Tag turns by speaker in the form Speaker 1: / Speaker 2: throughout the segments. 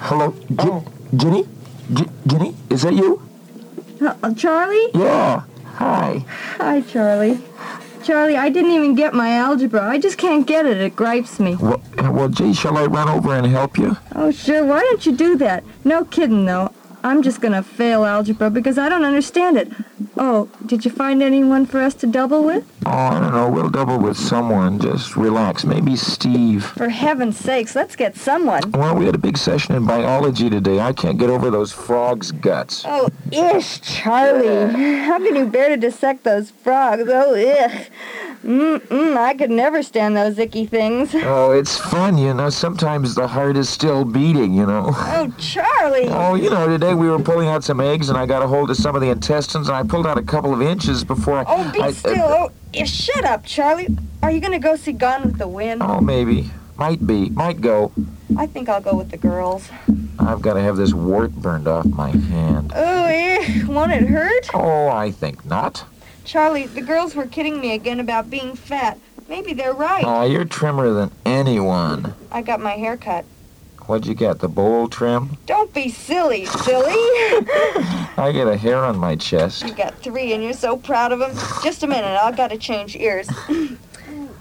Speaker 1: Hello, Gi-
Speaker 2: Oh.
Speaker 1: Ginny? G- Ginny, is that you?
Speaker 2: Uh, Charlie?
Speaker 1: Yeah. Hi.
Speaker 2: Hi, Charlie. Charlie, I didn't even get my algebra. I just can't get it. It gripes me.
Speaker 1: Well, well, gee, shall I run over and help you?
Speaker 2: Oh, sure. Why don't you do that? No kidding, though. I'm just going to fail algebra because I don't understand it. Oh, did you find anyone for us to double with?
Speaker 1: Oh, I don't know. We'll double with someone. Just relax. Maybe Steve.
Speaker 2: For heaven's sakes, let's get someone.
Speaker 1: Well, we had a big session in biology today. I can't get over those frogs' guts.
Speaker 2: Oh, ish, Charlie. How can you bear to dissect those frogs? Oh, ugh. Mm-mm, I could never stand those icky things.
Speaker 1: Oh, it's fun, you know. Sometimes the heart is still beating, you know.
Speaker 2: Oh, Charlie.
Speaker 1: Oh, you know, today we were pulling out some eggs, and I got a hold of some of the intestines, and I pulled out a couple of inches before I.
Speaker 2: Oh, be
Speaker 1: I-
Speaker 2: still. oh, yeah, shut up, Charlie. Are you going to go see Gone with the Wind?
Speaker 1: oh, maybe. Might be. Might go.
Speaker 2: I think I'll go with the girls.
Speaker 1: I've got to have this wart burned off my hand.
Speaker 2: Oh, eh, won't it hurt?
Speaker 1: Oh, I think not.
Speaker 2: Charlie, the girls were kidding me again about being fat. Maybe they're right.
Speaker 1: Oh, you're trimmer than anyone.
Speaker 2: I got my hair cut.
Speaker 1: What'd you get? The bowl trim?
Speaker 2: Don't be silly, silly.
Speaker 1: I get a hair on my chest.
Speaker 2: you got three and you're so proud of them. Just a minute, I'll gotta change ears.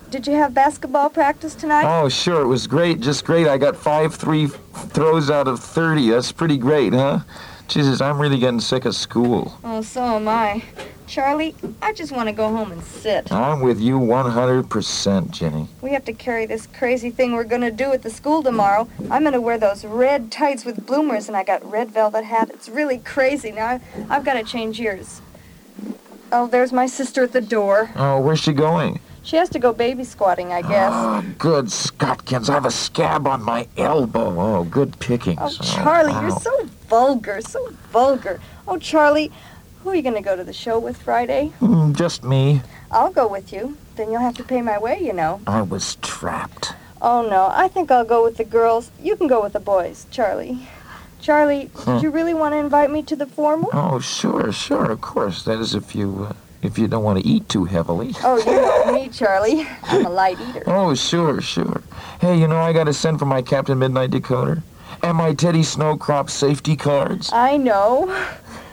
Speaker 2: Did you have basketball practice tonight?
Speaker 1: Oh, sure, it was great, just great. I got five three throws out of 30. That's pretty great, huh? Jesus, I'm really getting sick of school.
Speaker 2: Oh, so am I. Charlie, I just want to go home and sit.
Speaker 1: I'm with you 100%, Jenny.
Speaker 2: We have to carry this crazy thing we're gonna do at the school tomorrow. I'm gonna wear those red tights with bloomers, and I got red velvet hat. It's really crazy. Now I- I've gotta change ears. Oh, there's my sister at the door.
Speaker 1: Oh, where's she going?
Speaker 2: She has to go baby squatting, I guess.
Speaker 1: Oh, good Scotkins. I have a scab on my elbow. Oh, good pickings.
Speaker 2: Oh, Charlie, you're
Speaker 1: ow.
Speaker 2: so vulgar, so vulgar. Oh, Charlie, who are you gonna go to the show with Friday?
Speaker 1: Mm, just me.
Speaker 2: I'll go with you. Then you'll have to pay my way, you know.
Speaker 1: I was trapped.
Speaker 2: Oh no, I think I'll go with the girls. You can go with the boys, Charlie. Charlie,
Speaker 1: Hmm.
Speaker 2: did you really want to invite me to the formal?
Speaker 1: Oh, sure, sure, of course. That is if you uh, if you don't want to eat too heavily.
Speaker 2: Oh, you know me, Charlie. I'm a light eater.
Speaker 1: Oh, sure, sure. Hey, you know I got to send for my Captain Midnight Decoder and my Teddy Snowcrop safety cards.
Speaker 2: I know.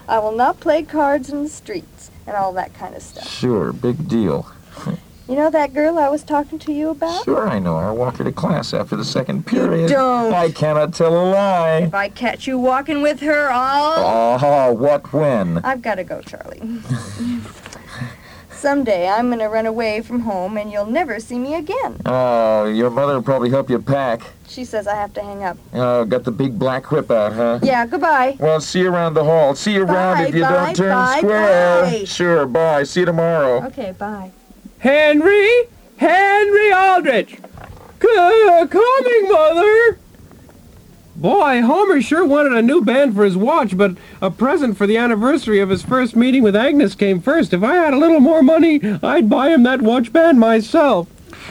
Speaker 2: I will not play cards in the streets and all that kind of stuff.
Speaker 1: Sure, big deal.
Speaker 2: You know that girl I was talking to you about?
Speaker 1: Sure, I know. I walk her to class after the second period.
Speaker 2: don't.
Speaker 1: I cannot tell a lie.
Speaker 2: If I catch you walking with her, I'll.
Speaker 1: Aha, what when?
Speaker 2: I've got to go, Charlie. Someday I'm going to run away from home and you'll never see me again.
Speaker 1: Oh, your mother will probably help you pack.
Speaker 2: She says I have to hang up.
Speaker 1: Oh, got the big black whip out, huh?
Speaker 2: Yeah, goodbye.
Speaker 1: Well, see you around the hall. See you around
Speaker 2: Bye,
Speaker 1: if you
Speaker 2: bye,
Speaker 1: don't turn
Speaker 2: bye,
Speaker 1: square.
Speaker 2: bye.
Speaker 1: Sure, bye. See you tomorrow.
Speaker 2: Okay, bye.
Speaker 3: Henry? Henry Aldrich! C- coming, mother! Boy, Homer sure wanted a new band for his watch, but a present for the anniversary of his first meeting with Agnes came first. If I had a little more money, I'd buy him that watch band myself.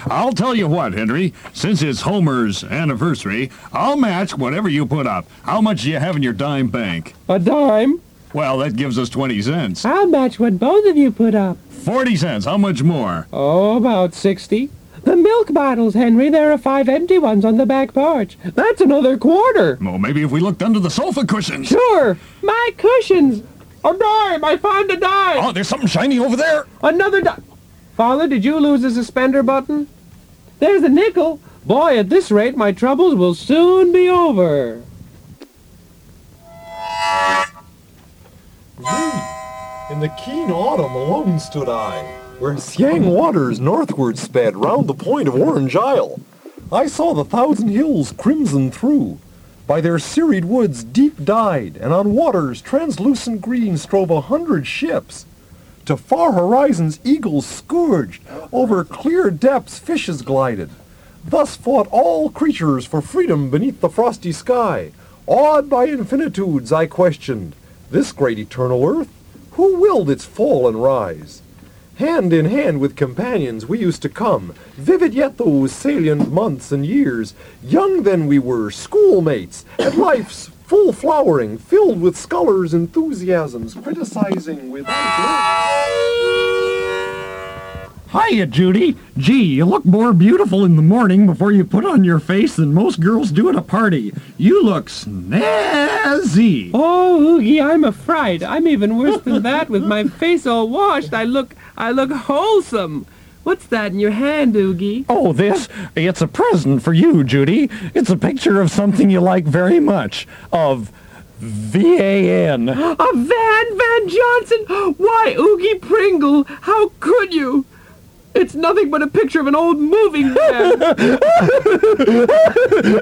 Speaker 4: I'll tell you what, Henry. Since it's Homer's anniversary, I'll match whatever you put up. How much do you have in your dime bank?
Speaker 3: A dime?
Speaker 4: Well, that gives us 20 cents.
Speaker 3: I'll match what both of you put up.
Speaker 4: 40 cents. How much more?
Speaker 3: Oh, about 60. The milk bottles, Henry. There are five empty ones on the back porch. That's another quarter.
Speaker 4: Well, maybe if we looked under the sofa cushions.
Speaker 3: Sure. My cushions. A dime. I found a dime.
Speaker 4: Oh, there's something shiny over there.
Speaker 3: Another di- Father, did you lose the suspender button? There's a nickel. Boy, at this rate, my troubles will soon be over.
Speaker 5: In the keen autumn alone stood I, where Siang waters northward sped round the point of Orange Isle. I saw the thousand hills crimson through, by their serried woods deep dyed, and on waters translucent green strove a hundred ships. To far horizons eagles scourged, over clear depths fishes glided. Thus fought all creatures for freedom beneath the frosty sky. Awed by infinitudes, I questioned this great eternal earth, who willed its fall and rise? Hand in hand with companions we used to come, vivid yet those salient months and years. Young then we were, schoolmates, at life's full flowering, filled with scholars' enthusiasms, criticizing with.
Speaker 6: Hiya, Judy. Gee, you look more beautiful in the morning before you put on your face than most girls do at a party. You look snazzy.
Speaker 3: Oh, Oogie, I'm a fright. I'm even worse than that. With my face all washed, I look, I look wholesome. What's that in your hand, Oogie?
Speaker 6: Oh, this? It's a present for you, Judy. It's a picture of something you like very much. Of V-A-N.
Speaker 3: A Van Van Johnson? Why, Oogie Pringle, how could you? It's nothing but a picture of an old moving van.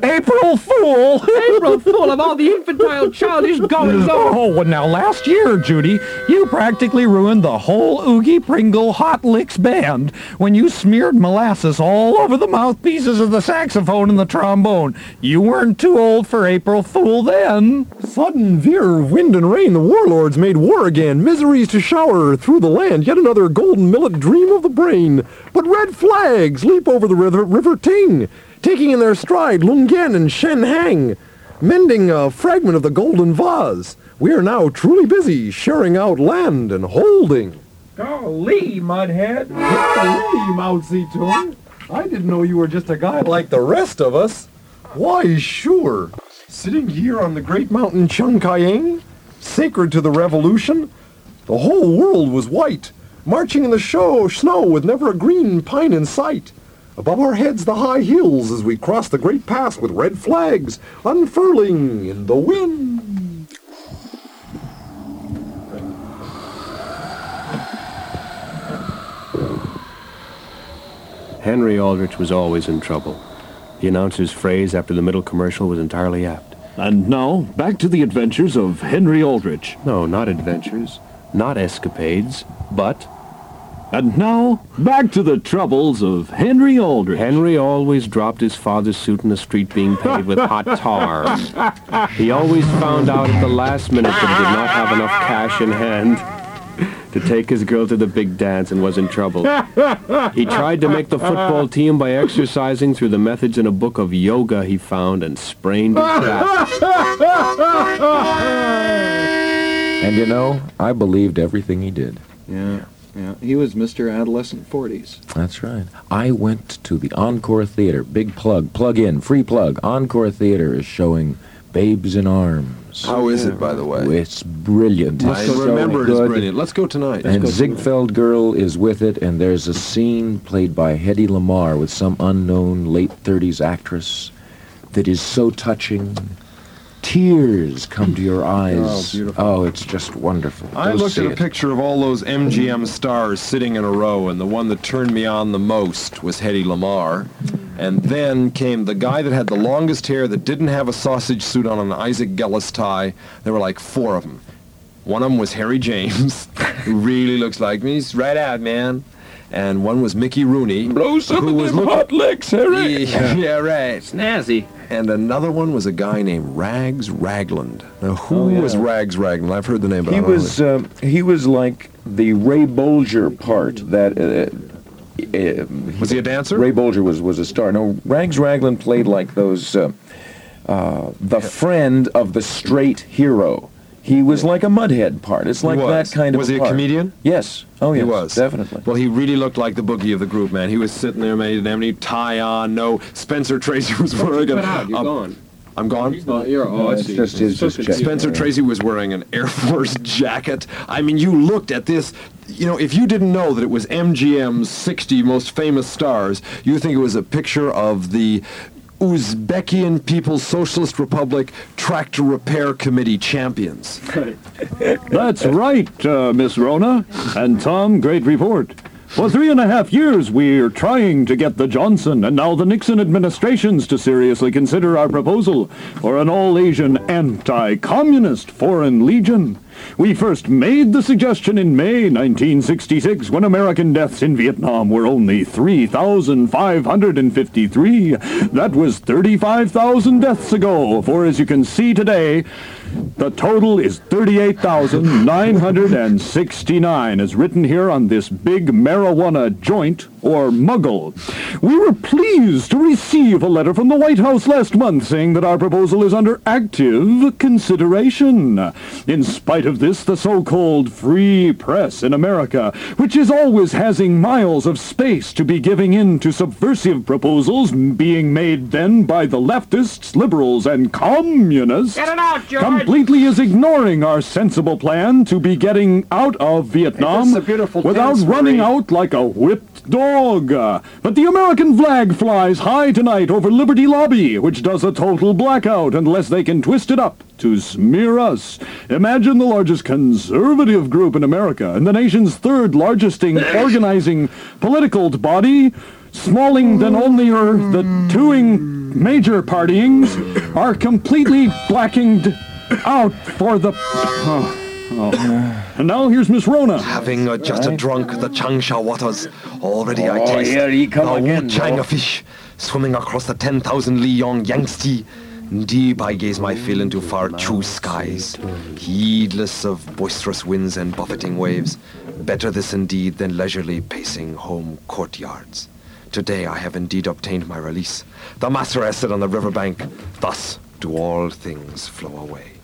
Speaker 6: April Fool!
Speaker 3: April full of all the infantile, childish goings on.
Speaker 6: Oh, well, now last year, Judy, you practically ruined the whole Oogie Pringle Hot Licks band when you smeared molasses all over the mouthpieces of the saxophone and the trombone. You weren't too old for April Fool then.
Speaker 5: Sudden veer of wind and rain, the warlords made war again, miseries to shower through the land, yet another golden millet dream of the brain. But red flags leap over the river, river Ting, taking in their stride Lungen and Shen Hang, mending a fragment of the golden vase. We are now truly busy sharing out land and holding.
Speaker 3: Golly, Mudhead.
Speaker 5: Hey, Mao Zedong, I didn't know you were just a guy like the rest of us. Why, sure. Sitting here on the great mountain Changkaying, sacred to the revolution, the whole world was white, marching in the show snow with never a green pine in sight. Above our heads the high hills as we crossed the great pass with red flags unfurling in the wind.
Speaker 7: Henry Aldrich was always in trouble. The announcer's phrase after the middle commercial was entirely apt.
Speaker 8: And now, back to the adventures of Henry Aldrich.
Speaker 7: No, not adventures, not escapades, but
Speaker 8: And now, back to the troubles of Henry Aldrich.
Speaker 7: Henry always dropped his father's suit in a street being paved with hot tar. He always found out at the last minute that he did not have enough cash in hand to take his girl to the big dance and was in trouble. He tried to make the football team by exercising through the methods in a book of yoga he found and sprained his back.
Speaker 1: And you know, I believed everything he did.
Speaker 9: Yeah, yeah. He was Mr. Adolescent 40s.
Speaker 1: That's right. I went to the Encore Theater. Big plug, plug in, free plug. Encore Theater is showing Babes in Arms.
Speaker 9: How is it, by the way?
Speaker 1: It's brilliant.
Speaker 9: I
Speaker 1: It's so
Speaker 9: remember it is
Speaker 1: good.
Speaker 9: brilliant. Let's go tonight.
Speaker 1: And Ziegfeld Girl is with it, and there's a scene played by Hedy Lamarr with some unknown late 30s actress that is so touching. Tears come to your eyes.
Speaker 9: Oh, beautiful.
Speaker 1: it's just wonderful.
Speaker 5: I
Speaker 1: Go
Speaker 5: looked
Speaker 1: see
Speaker 5: at a
Speaker 1: it.
Speaker 5: picture of all those MGM stars sitting in a row, and the one that turned me on the most was Hedy Lamarr. And then came the guy that had the longest hair that didn't have a sausage suit on, an Isaac Gellis tie. There were like four of them. One of them was Harry James, who really looks like me. He's right out, man. And one was Mickey Rooney, who was looking...
Speaker 6: licks,
Speaker 5: Yeah, yeah, right.
Speaker 3: Snazzy.
Speaker 5: And another one was a guy named Rags Ragland. Now, who was Rags Ragland? I've heard the Oh, name, but I
Speaker 10: He
Speaker 5: don't know
Speaker 10: was uh, he was like the Ray Bolger part that. Uh, uh,
Speaker 5: who- Was he a dancer?
Speaker 10: Ray Bolger was, was a star. No, Rags Raglan played like those, uh, uh, the friend of the straight hero. He was like a mudhead part. It's like
Speaker 5: He
Speaker 10: that
Speaker 5: was.
Speaker 10: kind of
Speaker 5: Was he a
Speaker 10: part.
Speaker 5: comedian?
Speaker 10: Yes. Oh, yes.
Speaker 5: He was
Speaker 10: definitely.
Speaker 5: Well, he really looked like the boogie of the group, man. He was sitting there, man. He didn't have any tie on. No, Spencer Tracy was wearing
Speaker 8: Cut
Speaker 5: a.
Speaker 8: out, you're
Speaker 5: a-
Speaker 8: gone.
Speaker 5: I'm gone.
Speaker 8: Oh, you're, oh, I
Speaker 10: it's
Speaker 8: see.
Speaker 10: just his-
Speaker 8: So
Speaker 10: just
Speaker 8: confused.
Speaker 10: checking.
Speaker 5: Spencer Tracy was wearing an Air Force jacket. I mean, you looked at this. You know, if you didn't know that it was MGM's 60 most famous stars, you think it was a picture of the Uzbekian People's Socialist Republic Tractor Repair Committee champions.
Speaker 8: That's right, uh, Miss Rona. And Tom, great report. For three and a half years, we're trying to get the Johnson and now the Nixon administrations to seriously consider our proposal for an all-Asian anti-communist foreign legion. We first made the suggestion in May 1966 when American deaths in Vietnam were only 3,553. That was 35,000 deaths ago, for as you can see today, the total is 38,969, as written here on this big marijuana joint or Muggle. We were pleased to receive a letter from the White House last month saying that our proposal is under active consideration. In spite of this, the so-called free press in America, which is always having miles of space to be giving in to subversive proposals being made then by the leftists, liberals, and communists,
Speaker 11: Get it out, George!
Speaker 8: completely is ignoring our sensible plan to be getting out of Vietnam
Speaker 9: a beautiful
Speaker 8: without
Speaker 9: tense,
Speaker 8: running
Speaker 9: Marie.
Speaker 8: out like a whipped dog. Uh, But the American flag flies high tonight over Liberty Lobby, which does a total blackout unless they can twist it up to smear us. Imagine the largest conservative group in America and the nation's third largest in organizing political body, smalling than only are the twoing major partyings, are completely blackinged out for the... oh, oh. And now here's Miss Rona.
Speaker 5: Having uh, just drunk the Changsha waters, already I
Speaker 1: Oh,
Speaker 5: taste
Speaker 1: here he come
Speaker 5: the
Speaker 1: again,
Speaker 5: Wu-Chang
Speaker 1: though.
Speaker 5: fish swimming across the 10,000 li yong Yangtze. Deep I gaze my fill into far true skies, heedless of boisterous winds and buffeting waves. Better this indeed than leisurely pacing home courtyards. Today I have indeed obtained my release. The master has said on the riverbank, thus do all things flow away.